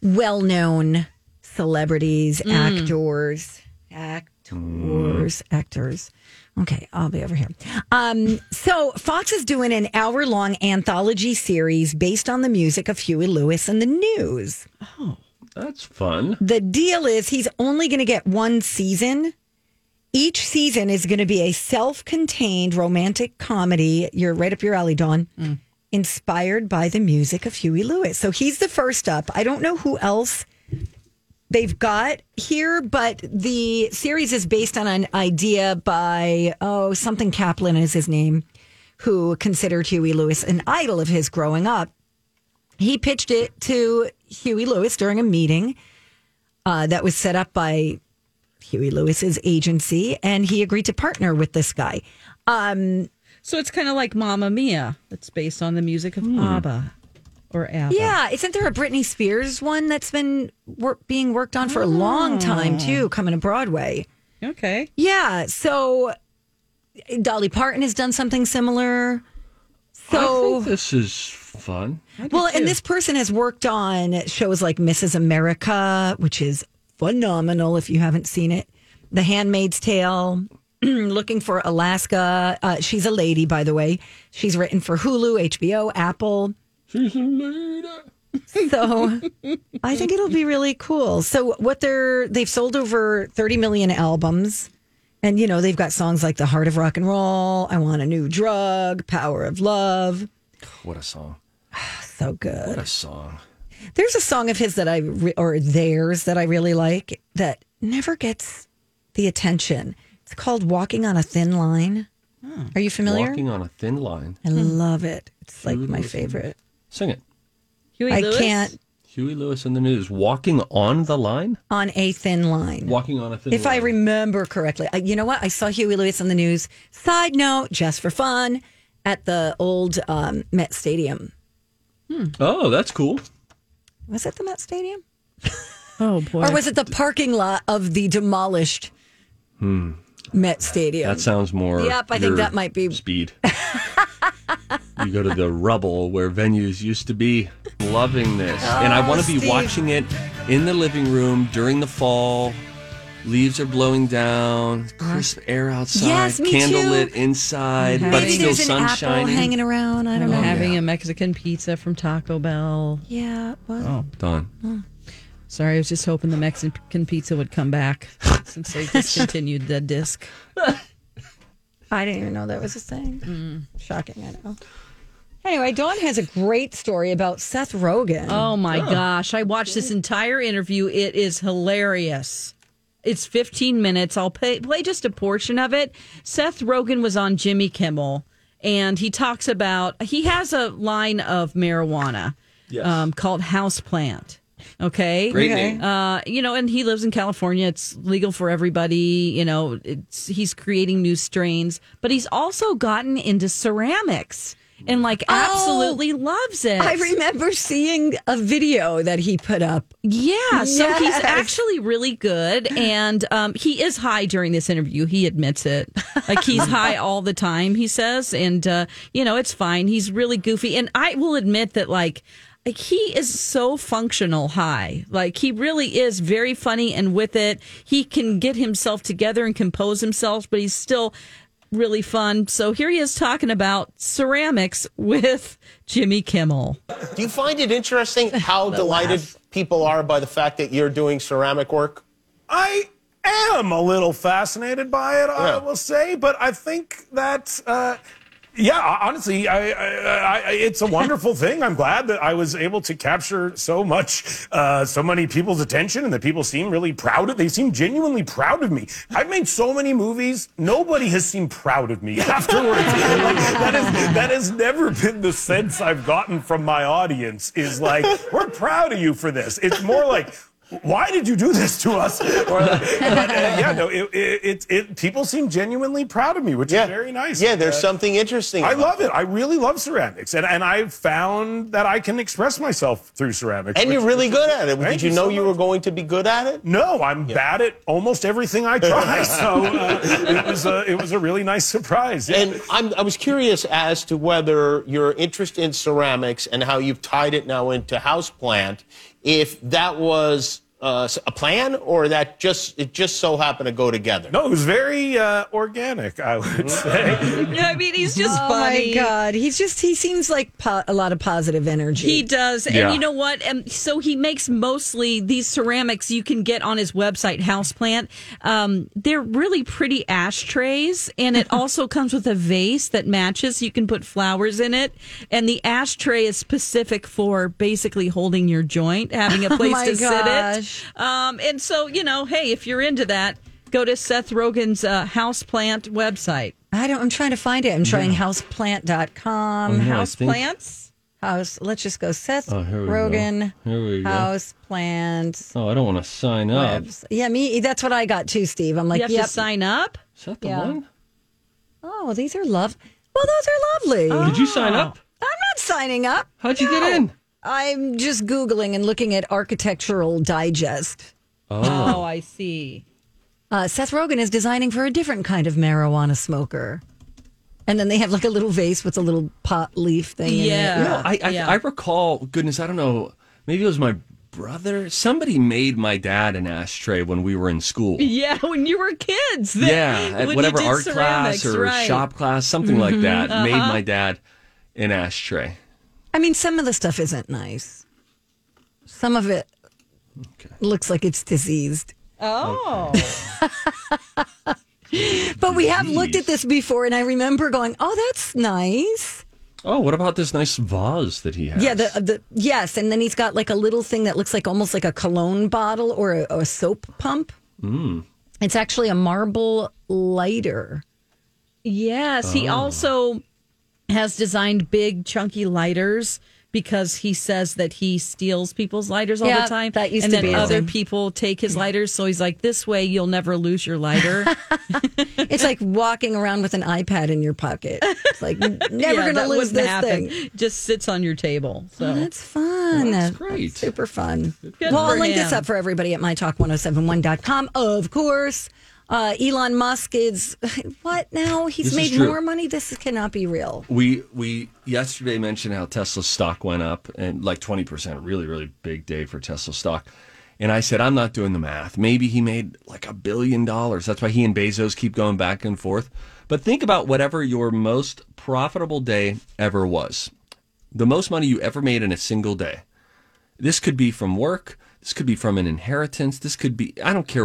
Speaker 6: well known celebrities,
Speaker 4: Mm.
Speaker 6: actors,
Speaker 5: Mm.
Speaker 6: actors, actors. Okay, I'll be over here. Um, so Fox is doing an hour long anthology series based on the music of Huey Lewis and the news.
Speaker 5: That's fun.
Speaker 6: The deal is he's only going to get one season. Each season is going to be a self contained romantic comedy. You're right up your alley, Dawn. inspired by the music of Huey Lewis. So he's the first up. I don't know who else they've got here, but the series is based on an idea by, oh, something Kaplan is his name, who considered Huey Lewis an idol of his growing up. He pitched it to Huey Lewis during a meeting uh, that was set up by Huey Lewis's agency, and he agreed to partner with this guy. Um,
Speaker 4: so it's kind of like Mamma Mia. It's based on the music of
Speaker 5: Hmm.
Speaker 4: ABBA or ABBA.
Speaker 6: Yeah, isn't there a Britney Spears one that's been wor- being worked on for a long
Speaker 5: Ah.
Speaker 6: time too, coming to Broadway?
Speaker 4: Okay.
Speaker 6: Yeah, so Dolly Parton has done something similar.
Speaker 5: I
Speaker 6: So
Speaker 5: think this is fun.
Speaker 6: well, and this person has worked on shows like Mrs. America, which is phenomenal if you haven't seen it. The Handmaid's Tale, Looking for Alaska. Uh, she's a lady, by the way. She's written for Hulu, HBO, Apple.
Speaker 5: She's a leader.
Speaker 6: So I think it'll be really cool. So what they're they've sold over 30 million albums. And you know, they've got songs like The Heart of Rock and Roll, I Want a New Drug, Power of Love.
Speaker 5: What a song.
Speaker 6: So good.
Speaker 5: What a song.
Speaker 6: There's a song of his that I re- or theirs that I really like that never gets the attention. It's called Walking on a Thin Line. Are you familiar?
Speaker 5: Hmm. Walking on a thin line.
Speaker 6: I love it. It's like
Speaker 5: Huey
Speaker 6: my
Speaker 5: Lewis.
Speaker 6: favorite.
Speaker 5: Sing it.
Speaker 4: Huey
Speaker 6: I
Speaker 4: Lewis?
Speaker 6: can't
Speaker 5: Huey Lewis in the news. Walking on the line?
Speaker 6: on a thin line.
Speaker 5: Walking on a thin
Speaker 6: If I
Speaker 5: line.
Speaker 6: remember correctly, I, you know what? I saw Huey Lewis on the news. Side note, just for fun, at the old um, Met Stadium.
Speaker 5: oh, that's cool.
Speaker 6: Was it the Met Stadium?
Speaker 4: Oh boy.
Speaker 6: Or was it the parking lot of the demolished
Speaker 5: Hmm.
Speaker 6: Met Stadium?
Speaker 5: That sounds more.
Speaker 6: Yep, I think
Speaker 5: your
Speaker 6: that might be-
Speaker 5: speed. you go to the rubble where venues used to be. Loving this, and I want to be
Speaker 6: Oh, Steve.
Speaker 5: watching it in the living room during the fall. Leaves are blowing down, crisp air outside,
Speaker 6: Yes, me
Speaker 5: candlelit
Speaker 6: too.
Speaker 5: inside, but
Speaker 6: Maybe
Speaker 5: still Oh.
Speaker 6: there's an
Speaker 5: sun
Speaker 6: apple
Speaker 5: shining.
Speaker 6: hanging around. I don't know.
Speaker 4: Having a Mexican pizza from Taco Bell.
Speaker 6: Yeah. Well,
Speaker 5: Oh. Done.
Speaker 4: Sorry, I was just hoping the Mexican pizza would come back since they discontinued the disc.
Speaker 6: I didn't even know that was a thing.
Speaker 5: Mm.
Speaker 6: Shocking, I know. Anyway, Dawn has a great story about Seth Rogen.
Speaker 4: Oh my gosh. I watched this entire interview. It is hilarious. It's 15 minutes. I'll play, play just a portion of it. Seth Rogen was on Jimmy Kimmel and he talks about he has a line of marijuana
Speaker 5: Yes.
Speaker 4: um, called Houseplant. Okay.
Speaker 5: Great name.
Speaker 4: Uh, you know, and he lives in California. It's legal for everybody. You know, it's he's creating new strains, but he's also gotten into ceramics and like absolutely loves it.
Speaker 6: I remember seeing a video that he put up.
Speaker 4: Yeah, so he's
Speaker 6: Yes.
Speaker 4: actually really good, and um, he is high during this interview. He admits it, like he's high all the time. He says, and uh, you know it's fine. He's really goofy, and I will admit that like. Like he is so functional high. Like he really is very funny and with it. He can get himself together and compose himself, but he's still really fun. So here he is talking about ceramics with Jimmy Kimmel.
Speaker 8: Do you find it interesting how delighted people are by the fact that you're doing ceramic work?
Speaker 9: I am a little fascinated by it, I
Speaker 8: Yeah.
Speaker 9: will say, but I think that. Uh, yeah, honestly, I, I, I, it's a wonderful thing. I'm glad that I was able to capture so much, uh, so many people's attention, and that people seem really proud. Of, they seem genuinely proud of me. I've made so many movies; nobody has seemed proud of me afterwards. like, that, is, that has never been the sense I've gotten from my audience. Is like, we're proud of you for this. It's more like, why did you do this to us? Or, uh, but, uh, yeah, no, it, it, it, it, people seem genuinely proud of me, which
Speaker 8: Yeah.
Speaker 9: is very nice.
Speaker 8: Yeah, there's
Speaker 9: Uh,
Speaker 8: something interesting.
Speaker 9: I
Speaker 8: about
Speaker 9: love it. I really love ceramics, and and I've found that I can express myself through ceramics.
Speaker 8: And
Speaker 9: which-
Speaker 8: you're really good at it.
Speaker 9: Thank
Speaker 8: Did you,
Speaker 9: you
Speaker 8: know
Speaker 9: so
Speaker 8: you were going to be good at it?
Speaker 9: no, I'm bad at almost everything I try. so uh, it was a it was a really nice surprise. Yeah.
Speaker 8: And I'm, I was curious as to whether your interest in ceramics and how you've tied it now into houseplant, if that was uh, a plan, or that just it just so happened to go together?
Speaker 9: No, it was very uh, organic, I would say.
Speaker 4: Yeah, I mean, he's just
Speaker 6: oh
Speaker 4: funny.
Speaker 6: my god, he's just he seems like po- a lot of positive energy.
Speaker 4: He does.
Speaker 9: Yeah.
Speaker 4: And you know what? And um, so he makes mostly these ceramics you can get on his website, Houseplant. Um, they're really pretty ashtrays, and it also comes with a vase that matches. You can put flowers in it. And the ashtray is specific for basically holding your joint, having a
Speaker 6: Oh
Speaker 4: place
Speaker 6: my
Speaker 4: to
Speaker 6: gosh.
Speaker 4: sit it. Um, and so, you know, hey, if you're into that, go to Seth Rogen's uh, Houseplant website.
Speaker 6: I don't. I'm trying to find it. I'm trying houseplant.com.
Speaker 4: Oh, no, I think-
Speaker 6: Houseplants. House. Let's just go. Seth
Speaker 5: Oh, here we go.
Speaker 6: Rogan.
Speaker 5: Here we go.
Speaker 6: Houseplants.
Speaker 5: Oh, I don't want to sign up.
Speaker 6: webs- Yeah, me. That's what I got too, Steve. I'm like,
Speaker 4: you have
Speaker 6: yep.
Speaker 4: to sign up.
Speaker 5: Is that the
Speaker 6: Yeah.
Speaker 5: one?
Speaker 6: Oh, these are love. Well, those are lovely.
Speaker 5: Did you sign up?
Speaker 6: I'm not signing up.
Speaker 5: How'd you get in?
Speaker 6: I'm just googling and looking at Architectural Digest.
Speaker 5: Oh.
Speaker 4: oh I see.
Speaker 6: Uh, Seth Rogen is designing for a different kind of marijuana smoker. And then they have like a little vase with a little pot leaf thing. In it.
Speaker 5: No, I, I, I recall, goodness, I don't know, maybe it was my brother. Somebody made my dad an ashtray when we were in school.
Speaker 4: Yeah, when you were kids. that-
Speaker 5: yeah, at
Speaker 4: when you
Speaker 5: whatever
Speaker 4: did
Speaker 5: art
Speaker 4: ceramics,
Speaker 5: class or
Speaker 4: right.
Speaker 5: shop class, something like that,
Speaker 4: Mhm,
Speaker 5: made
Speaker 4: uh-huh.
Speaker 5: my dad an ashtray.
Speaker 6: I mean, some of the stuff isn't nice. Some of it looks like it's diseased.
Speaker 4: Oh.
Speaker 6: But we have looked at this before, and I remember going, "Oh, that's nice."
Speaker 5: Oh, what about this nice vase that he has?
Speaker 6: Yeah, the uh, the yes, and then he's got like a little thing that looks like almost like a cologne bottle or a, a soap pump.
Speaker 5: Mm.
Speaker 6: It's actually a marble lighter.
Speaker 4: Yes, he
Speaker 6: Oh.
Speaker 4: also has designed big chunky lighters because he says that he steals people's lighters all
Speaker 6: Yeah,
Speaker 4: the time.
Speaker 6: that used
Speaker 4: and
Speaker 6: to
Speaker 4: then
Speaker 6: be a
Speaker 4: other
Speaker 6: thing.
Speaker 4: people take his lighters, so he's like, This way you'll never lose your lighter.
Speaker 6: It's like walking around with an iPad in your pocket. It's like never
Speaker 4: Yeah,
Speaker 6: going to
Speaker 4: that
Speaker 6: lose
Speaker 4: wouldn't
Speaker 6: this
Speaker 4: happen.
Speaker 6: thing.
Speaker 4: Just sits on your table. So
Speaker 6: Oh, that's fun.
Speaker 5: That's great.
Speaker 6: super fun.
Speaker 4: Good
Speaker 6: well,
Speaker 4: for
Speaker 6: I'll link this
Speaker 4: him.
Speaker 6: up for everybody at mytalk1071.com, of course. Uh, Elon Musk is what now? He's
Speaker 5: This is
Speaker 6: made
Speaker 5: true.
Speaker 6: more money. This cannot be real.
Speaker 5: We we yesterday mentioned how Tesla's stock went up and like twenty percent, really really big day for Tesla stock. And I said I'm not doing the math. Maybe he made like a billion dollars. That's why he and Bezos keep going back and forth. But think about whatever your most profitable day ever was, the most money you ever made in a single day. This could be from work. This could be from an inheritance. This could be I don't care.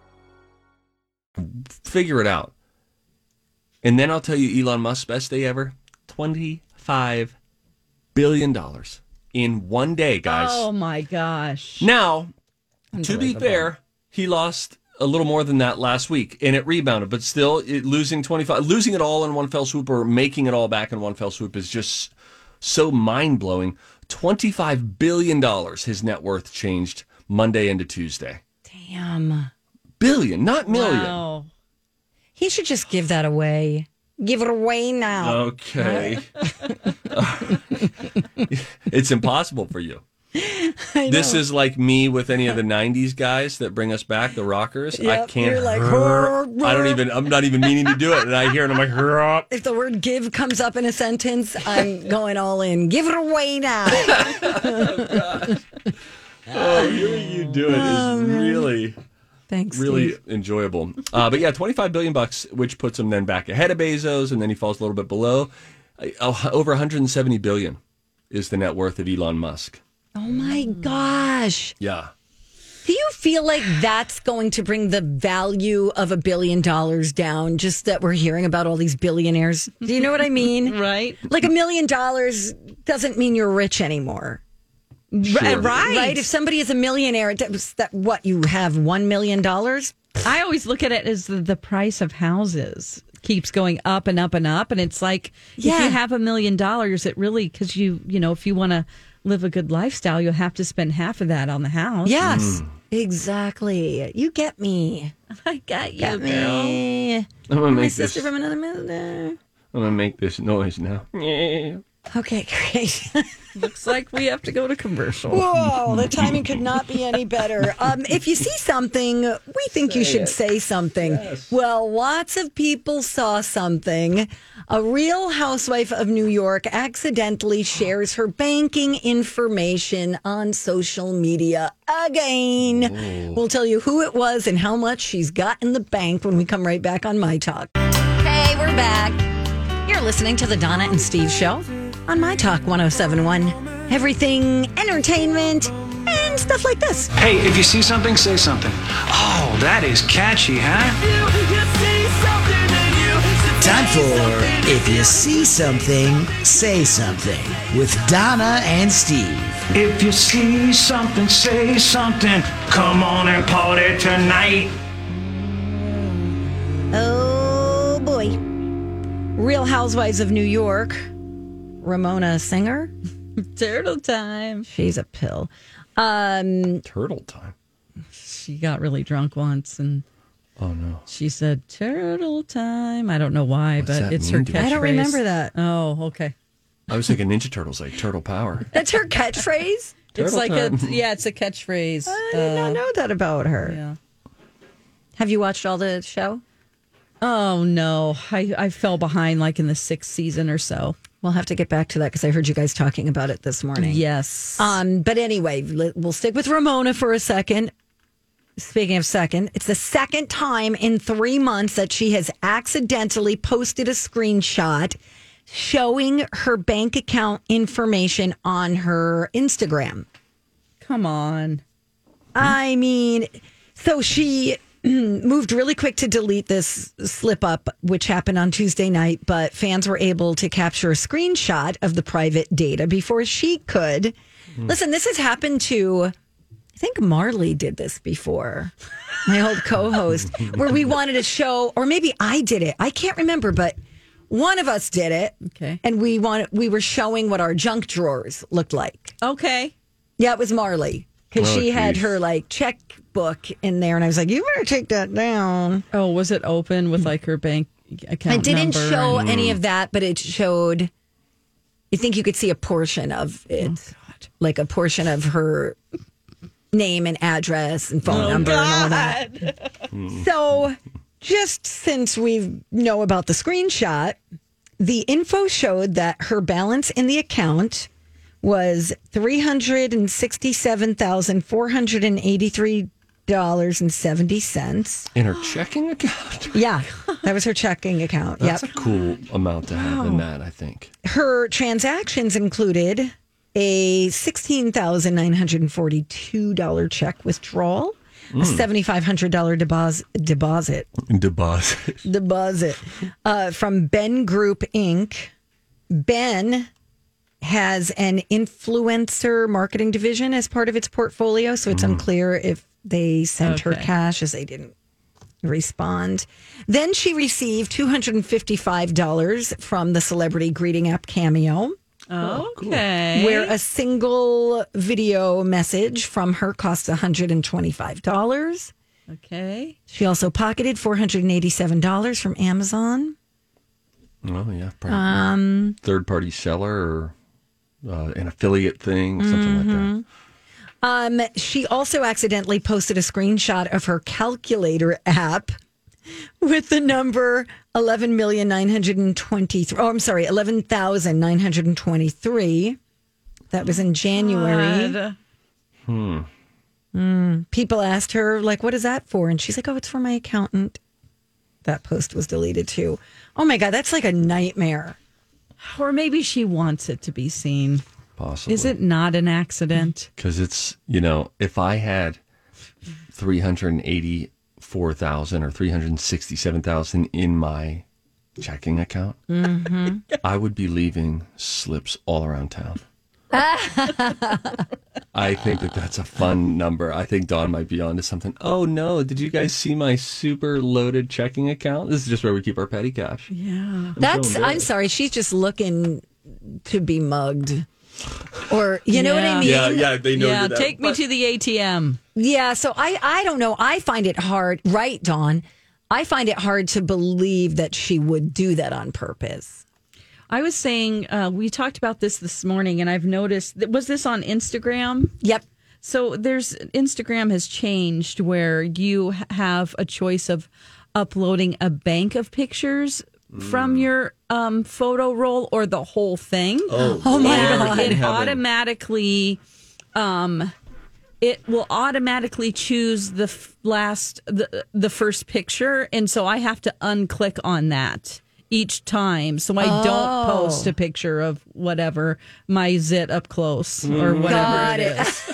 Speaker 5: figure it out. And then I'll tell you Elon Musk's best day ever $25 billion in one day, guys.
Speaker 4: Oh my gosh.
Speaker 5: Now, to be fair, he lost a little more than that last week and it rebounded, but still it, losing 25, losing it all in one fell swoop or making it all back in one fell swoop is just so mind blowing. $25 billion his net worth changed Monday into Tuesday.
Speaker 6: Damn. Oh.
Speaker 5: Billion, not million.
Speaker 6: He should just give that away. Give it away now.
Speaker 5: Okay. it's impossible for you. This is like me with any of the 90s guys that bring us back, the rockers. I
Speaker 6: Yep,
Speaker 5: can't.
Speaker 6: you're like,
Speaker 5: I don't even, I'm not even meaning to do it. And I hear it, I'm like, "Hurrah."
Speaker 6: If the word give comes up in a sentence, I'm going all in. Give it away now.
Speaker 5: oh, hearing you do it is really.
Speaker 6: Thanks.
Speaker 5: really
Speaker 6: Oh, Steve.
Speaker 5: enjoyable. Uh, but yeah, 25 billion bucks, which puts him then back ahead of Bezos, and then he falls a little bit below. I- oh, Over 170 billion is the net worth of Elon Musk.
Speaker 6: Oh my gosh.
Speaker 5: Yeah.
Speaker 6: Do you feel like that's going to bring the value of a billion dollars down? Just that we're hearing about all these billionaires. Do you know what I mean?
Speaker 4: right.
Speaker 6: Like a million dollars doesn't mean you're rich anymore.
Speaker 4: Sure. right.
Speaker 6: Right. If somebody is a millionaire, that's that what you have one million dollars.
Speaker 4: I always look at it as the, the price of houses keeps going up and up and up, and it's like if
Speaker 6: Yeah.
Speaker 4: you have a million dollars, it really because you you know if you want to live a good lifestyle, you'll have to spend half of that on the house.
Speaker 6: Yes. Exactly. You get me.
Speaker 4: I got you,
Speaker 6: Get
Speaker 4: girl.
Speaker 6: me.
Speaker 5: I'm gonna
Speaker 6: my
Speaker 5: make
Speaker 6: sister
Speaker 5: this-
Speaker 6: from another mother.
Speaker 5: I'm gonna make this noise now.
Speaker 6: Okay, great.
Speaker 4: Looks like we have to go to commercial.
Speaker 6: Whoa, the timing could not be any better. Um, if you see something, we think you
Speaker 4: Say
Speaker 6: should
Speaker 4: it.
Speaker 6: say something. Well, lots of people saw something. A real housewife of New York accidentally shares her banking information on social media again. We'll tell you who it was and how much she's got in the bank when we come right back on My Talk. Hey, we're back. You're listening to the Donna and Steve Show on My Talk 1071. Everything entertainment and stuff like this.
Speaker 10: Hey, if you see something, say something. Oh, that is catchy, huh?
Speaker 11: Time for If You See Something, Say Something with Donna and Steve.
Speaker 10: If you see something, say something. Come on and party tonight.
Speaker 6: Oh boy. Real Housewives of New York, Ramona Singer.
Speaker 4: Turtle time.
Speaker 6: She's a pill. Um,
Speaker 5: Turtle time.
Speaker 4: She got really drunk once and
Speaker 5: Oh no.
Speaker 4: she said turtle time. I don't know why,
Speaker 5: What's
Speaker 4: but
Speaker 5: that
Speaker 4: it's her
Speaker 5: mean to you?
Speaker 4: catchphrase.
Speaker 5: I don't remember
Speaker 6: that.
Speaker 4: Oh, okay.
Speaker 5: I was thinking Ninja Turtles, like turtle power.
Speaker 6: That's her catchphrase?
Speaker 4: it's
Speaker 5: Turtle
Speaker 4: like a
Speaker 5: time.
Speaker 4: yeah, it's a catchphrase. I
Speaker 6: did not know that about her.
Speaker 4: uh, Yeah.
Speaker 6: Have you watched all the show?
Speaker 4: Oh no, I I fell behind like in the sixth season or so.
Speaker 6: We'll have to get back to that because I heard you guys talking about it this morning.
Speaker 4: Yes.
Speaker 6: Um, but anyway, l- we'll stick with Ramona for a second. Speaking of second, it's the second time in three months that she has accidentally posted a screenshot showing her bank account information on her Instagram.
Speaker 4: Come on. Hmm?
Speaker 6: I mean, so she moved really quick to delete this slip up, which happened on Tuesday night, but fans were able to capture a screenshot of the private data before she could.
Speaker 4: Hmm.
Speaker 6: Listen, this has happened to. I think Marley did this before, my old co host, where we wanted to show, or maybe I did it. I can't remember, but one of us did it.
Speaker 4: Okay.
Speaker 6: And we wanted, we were showing what our junk drawers looked like.
Speaker 4: Okay.
Speaker 6: Yeah, it was Marley because
Speaker 4: Oh,
Speaker 6: she had
Speaker 4: geez.
Speaker 6: her like checkbook in there, and I was like, "You better take that down."
Speaker 4: Oh, was it open with like her bank account?
Speaker 6: it didn't
Speaker 4: number
Speaker 6: show
Speaker 4: and-
Speaker 6: any of that, but it showed. You think you could see a portion of it,
Speaker 4: Oh,
Speaker 6: like a portion of her name and address and phone
Speaker 4: Oh,
Speaker 6: number and all that.
Speaker 4: God. Hmm.
Speaker 6: So, just since we know about the screenshot, the info showed that her balance in the account was three hundred and sixty-seven thousand four hundred and eighty-three dollars and seventy cents.
Speaker 5: In her checking account.
Speaker 6: Yeah, that was her checking account.
Speaker 5: That's
Speaker 6: yep.
Speaker 5: a cool amount to have in that, I think.
Speaker 6: her transactions included a $16,942 check withdrawal, a
Speaker 5: Mm.
Speaker 6: $7,500 debos- deposit,
Speaker 5: Deposit.
Speaker 6: deposit uh, from Ben Group Inc. Ben has an influencer marketing division as part of its portfolio, so it's unclear if they sent her
Speaker 4: Okay.
Speaker 6: cash as they didn't respond. Then she received $255 from the celebrity greeting app Cameo.
Speaker 4: Okay.
Speaker 6: Where a single video message from her costs $125.
Speaker 4: Okay.
Speaker 6: She also pocketed $487 from Amazon.
Speaker 5: Oh yeah, probably.
Speaker 6: Um,
Speaker 5: third party seller or uh, an affiliate thing, something
Speaker 4: mm-hmm.
Speaker 5: like
Speaker 6: Um, she also accidentally posted a screenshot of her calculator app with the number 11,923. Oh, I'm sorry, 11,923. That was in January.
Speaker 4: God.
Speaker 5: that. Hmm.
Speaker 6: Mm. People asked her, like, what is that for? And she's like, oh, it's for my accountant. That post was deleted too. Oh my God, that's like a nightmare.
Speaker 4: Or maybe she wants it to be seen.
Speaker 5: Possibly.
Speaker 4: Is it not an accident?
Speaker 5: Because it's you know, if I had three hundred and eighty four thousand or three hundred and sixty seven thousand in my checking account,
Speaker 6: Mm-hmm.
Speaker 5: I would be leaving slips all around town. I think that that's a fun number. I think Dawn might be onto something. Oh no! Did you guys see my super loaded checking account? This is just where we keep our petty cash.
Speaker 4: Yeah.
Speaker 6: That's,
Speaker 5: feeling good.
Speaker 6: I'm sorry, she's just looking to be mugged. Or you know what I mean?
Speaker 5: Yeah, yeah, they know
Speaker 4: Yeah,
Speaker 5: that.
Speaker 4: take me to the ATM.
Speaker 6: Yeah, so I I don't know. I find it hard, right, Dawn? I find it hard to believe that she would do that on purpose.
Speaker 4: I was saying uh, we talked about this this morning, and I've noticed that was this on Instagram.
Speaker 6: Yep.
Speaker 4: So there's Instagram has changed where you h- have a choice of uploading a bank of pictures from
Speaker 5: Mm.
Speaker 4: your um, photo roll or the whole thing.
Speaker 5: Oh, Oh, my Lord God. in
Speaker 4: It
Speaker 5: heaven.
Speaker 4: automatically. Um, it will automatically choose the f- last the the first picture and so i have to unclick on that each time so i
Speaker 6: Oh.
Speaker 4: don't post a picture of whatever my zit up close or
Speaker 6: Mm.
Speaker 4: whatever
Speaker 6: Got
Speaker 4: it
Speaker 6: it.
Speaker 4: is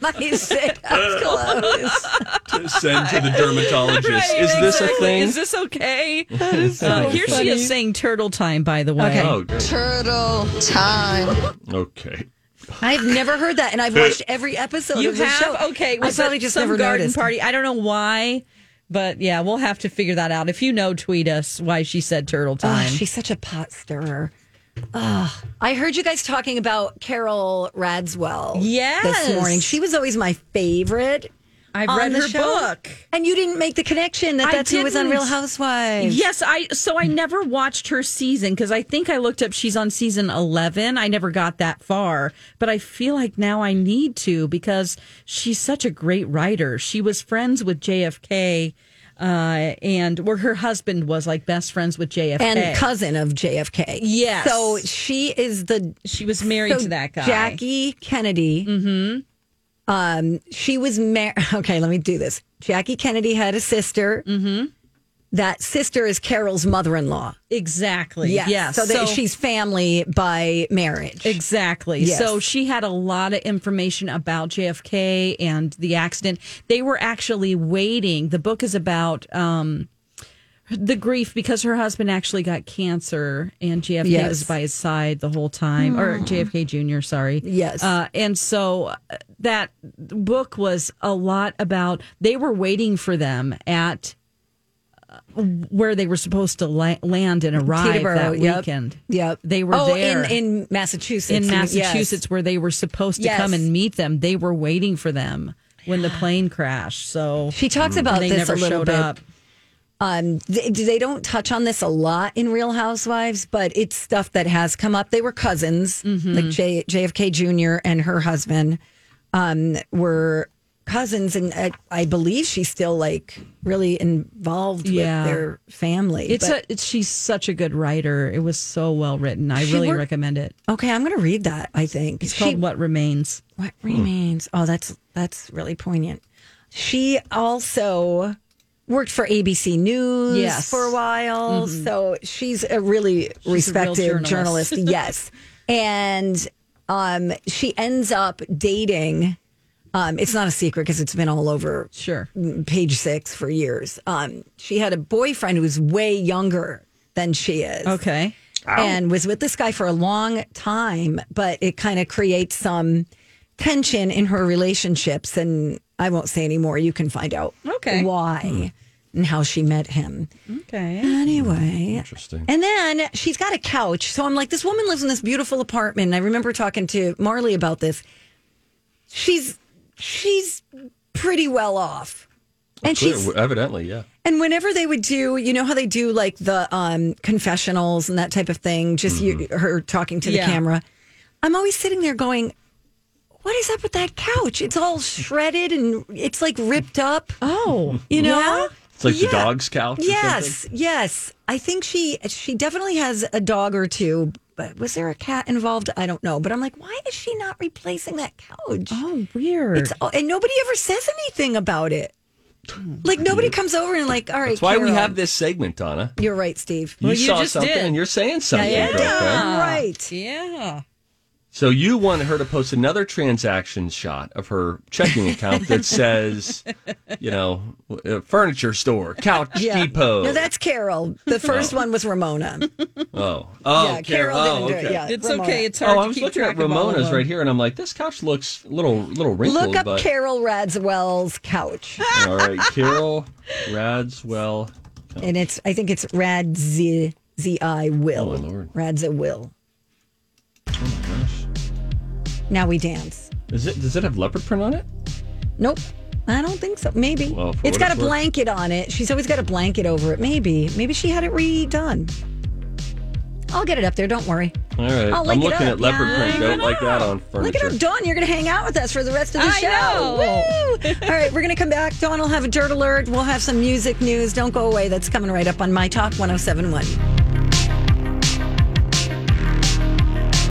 Speaker 6: My zit up close.
Speaker 5: Send to the dermatologist.
Speaker 4: Right,
Speaker 5: is this
Speaker 4: exactly.
Speaker 5: a thing?
Speaker 4: Is this okay?
Speaker 5: That is
Speaker 4: Uh,
Speaker 5: so
Speaker 4: here she
Speaker 5: funny.
Speaker 4: is saying turtle time, by the way.
Speaker 5: Okay. Oh, good.
Speaker 6: Turtle time.
Speaker 5: okay.
Speaker 6: I've never heard that, and I've watched every episode
Speaker 4: You
Speaker 6: of the
Speaker 4: have?
Speaker 6: show.
Speaker 4: Okay.
Speaker 6: I
Speaker 4: Was
Speaker 6: probably
Speaker 4: it
Speaker 6: just
Speaker 4: some
Speaker 6: never
Speaker 4: garden
Speaker 6: noticed.
Speaker 4: party? I don't know why, but yeah, we'll have to figure that out. If you know, tweet us why she said turtle
Speaker 6: Oh,
Speaker 4: time.
Speaker 6: she's such a pot stirrer. Oh, I heard you guys talking about Carol Radswell.
Speaker 4: Yes.
Speaker 6: this morning she was always my favorite.
Speaker 4: I've
Speaker 6: on
Speaker 4: read
Speaker 6: the
Speaker 4: her
Speaker 6: show.
Speaker 4: book.
Speaker 6: and you didn't make the connection that
Speaker 4: I
Speaker 6: that's who was on
Speaker 4: didn't.
Speaker 6: Real Housewives.
Speaker 4: Yes, I so I never watched her season because I think I looked up she's on season eleven. I never got that far, but I feel like now I need to because she's such a great writer. She was friends with JFK, uh, and where her husband was like best friends with JFK
Speaker 6: and cousin of JFK.
Speaker 4: Yes.
Speaker 6: So she is the
Speaker 4: She was married
Speaker 6: so
Speaker 4: to that guy.
Speaker 6: Jackie Kennedy. Mm-hmm. Um, she was married. Okay, let me do this. Jackie Kennedy had a sister. Mm-hmm. That sister is Carol's mother-in-law.
Speaker 4: Exactly.
Speaker 6: Yes.
Speaker 4: Yes.
Speaker 6: So, that she's family by marriage.
Speaker 4: Exactly.
Speaker 6: Yes.
Speaker 4: So she had a lot of information about JFK and the accident. They were actually waiting. The book is about um, the grief because her husband actually got cancer and JFK
Speaker 6: Yes. Hmm.
Speaker 4: was by his side the whole time, or JFK Jr., sorry.
Speaker 6: Yes.
Speaker 4: Uh, and so uh, that book was a lot about, they were waiting for them at uh, where they were supposed to la- land and arrive
Speaker 6: Teterboro,
Speaker 4: that
Speaker 6: yep.
Speaker 4: weekend.
Speaker 6: Yep.
Speaker 4: They were
Speaker 6: oh,
Speaker 4: there
Speaker 6: in in Massachusetts.
Speaker 4: in
Speaker 6: Yes.
Speaker 4: Massachusetts where they were supposed to
Speaker 6: Yes.
Speaker 4: come and meet them. They were waiting for them when the plane crashed. So
Speaker 6: She talks
Speaker 4: Mm-hmm.
Speaker 6: about
Speaker 4: they
Speaker 6: this
Speaker 4: never
Speaker 6: a little
Speaker 4: showed
Speaker 6: bit.
Speaker 4: Up.
Speaker 6: Um, they, they don't touch on this a lot in Real Housewives, but it's stuff that has come up. They were cousins,
Speaker 4: Mm-hmm.
Speaker 6: like J, JFK Jr. and her husband um, were cousins, and I, I believe she's still like really involved
Speaker 4: Yeah.
Speaker 6: with their family.
Speaker 4: It's
Speaker 6: but-
Speaker 4: a it's, she's such a good writer. It was so well written. I
Speaker 6: She
Speaker 4: really
Speaker 6: worked-
Speaker 4: recommend it.
Speaker 6: okay. I'm going to read that. I think
Speaker 4: It's called What Remains.
Speaker 6: What remains? Oh, that's that's really poignant. She also worked for ABC News
Speaker 4: Yes.
Speaker 6: for a while, so she's a really
Speaker 4: real
Speaker 6: respected journalist.
Speaker 4: journalist.
Speaker 6: yes, and um, she ends up dating. Um, it's not a secret because it's been all over
Speaker 4: Sure.
Speaker 6: page six for years. Um, she had a boyfriend who was way younger than she is
Speaker 4: Okay.
Speaker 6: and was with this guy for a long time, but it kind of creates some tension in her relationships. And I won't say any more. You can find out
Speaker 4: Okay.
Speaker 6: why and how she met him.
Speaker 4: Okay.
Speaker 6: Anyway,
Speaker 5: Interesting.
Speaker 6: and then she's got a couch. So I'm like, this woman lives in this beautiful apartment. And I remember talking to Marley about this. She's she's pretty well off. And she's
Speaker 5: Clear- evidently, yeah.
Speaker 6: and whenever they would do, you know how they do like the um, confessionals and that type of thing, just
Speaker 5: Mm-hmm.
Speaker 6: you, her talking to the
Speaker 4: Yeah.
Speaker 6: camera. I'm always sitting there going, "What is up with that couch? It's all shredded and it's like ripped up."
Speaker 4: Oh,
Speaker 6: You know?
Speaker 5: It's like
Speaker 6: Yeah.
Speaker 5: the dog's couch. Or
Speaker 6: Yes,
Speaker 5: Something.
Speaker 6: yes. I think she she definitely has a dog or two. But was there a cat involved? I don't know. But I'm like, why is she not replacing that couch?
Speaker 4: Oh, weird.
Speaker 6: It's oh, and nobody ever says anything about it. Like nobody comes over and like, all right.
Speaker 5: That's why we
Speaker 6: Carol."
Speaker 5: have this segment, Donna.
Speaker 6: You're right, Steve.
Speaker 5: You
Speaker 4: Well, you
Speaker 5: saw
Speaker 4: just
Speaker 5: something
Speaker 4: did.
Speaker 5: and you're saying something.
Speaker 6: yeah,
Speaker 5: girlfriend.
Speaker 6: right.
Speaker 4: yeah.
Speaker 5: So you want her to post another transaction shot of her checking account that says, you know, uh, furniture store, couch depot.
Speaker 6: No, that's Carol. The first one was Ramona.
Speaker 5: oh, oh,
Speaker 6: Yeah, Carol
Speaker 5: oh,
Speaker 6: didn't do it,
Speaker 5: okay.
Speaker 6: yeah.
Speaker 4: It's
Speaker 6: Ramona.
Speaker 4: okay. It's hard
Speaker 5: Oh, I
Speaker 4: to
Speaker 5: was
Speaker 4: keep
Speaker 5: looking
Speaker 4: track
Speaker 5: at
Speaker 4: of all of
Speaker 5: Ramona's
Speaker 4: them.
Speaker 5: right here, and I'm like, this couch looks a little, little wrinkled.
Speaker 6: Look up
Speaker 5: but
Speaker 6: Carol Radswell's couch,
Speaker 5: all right, Carol Radswell.
Speaker 6: and it's I think it's Radzi Z I
Speaker 5: Oh, my
Speaker 6: Will
Speaker 5: Lord.
Speaker 6: Radza Will.
Speaker 5: Oh my gosh.
Speaker 6: Now we dance.
Speaker 5: Is it? Does it have leopard print on it?
Speaker 6: Nope. I don't think so. Maybe.
Speaker 5: Well, for
Speaker 6: it's
Speaker 5: what
Speaker 6: got a
Speaker 5: it's worth.
Speaker 6: blanket on it. She's always got a blanket over it. Maybe. Maybe she had it redone. I'll get it up there. Don't worry.
Speaker 5: All right.
Speaker 6: I'll
Speaker 5: I'm
Speaker 6: link it
Speaker 5: looking
Speaker 6: up.
Speaker 5: at leopard
Speaker 6: Yeah,
Speaker 5: print. Don't like that on
Speaker 6: Look
Speaker 5: furniture.
Speaker 6: at up, Dawn. You're going to hang out with us for the rest of the
Speaker 4: I
Speaker 6: show.
Speaker 4: know.
Speaker 6: Woo! All right, we're going to come back. oh Dawn will have a dirt alert. We'll have some music news. Don't go away. That's coming right up on My Talk 1071.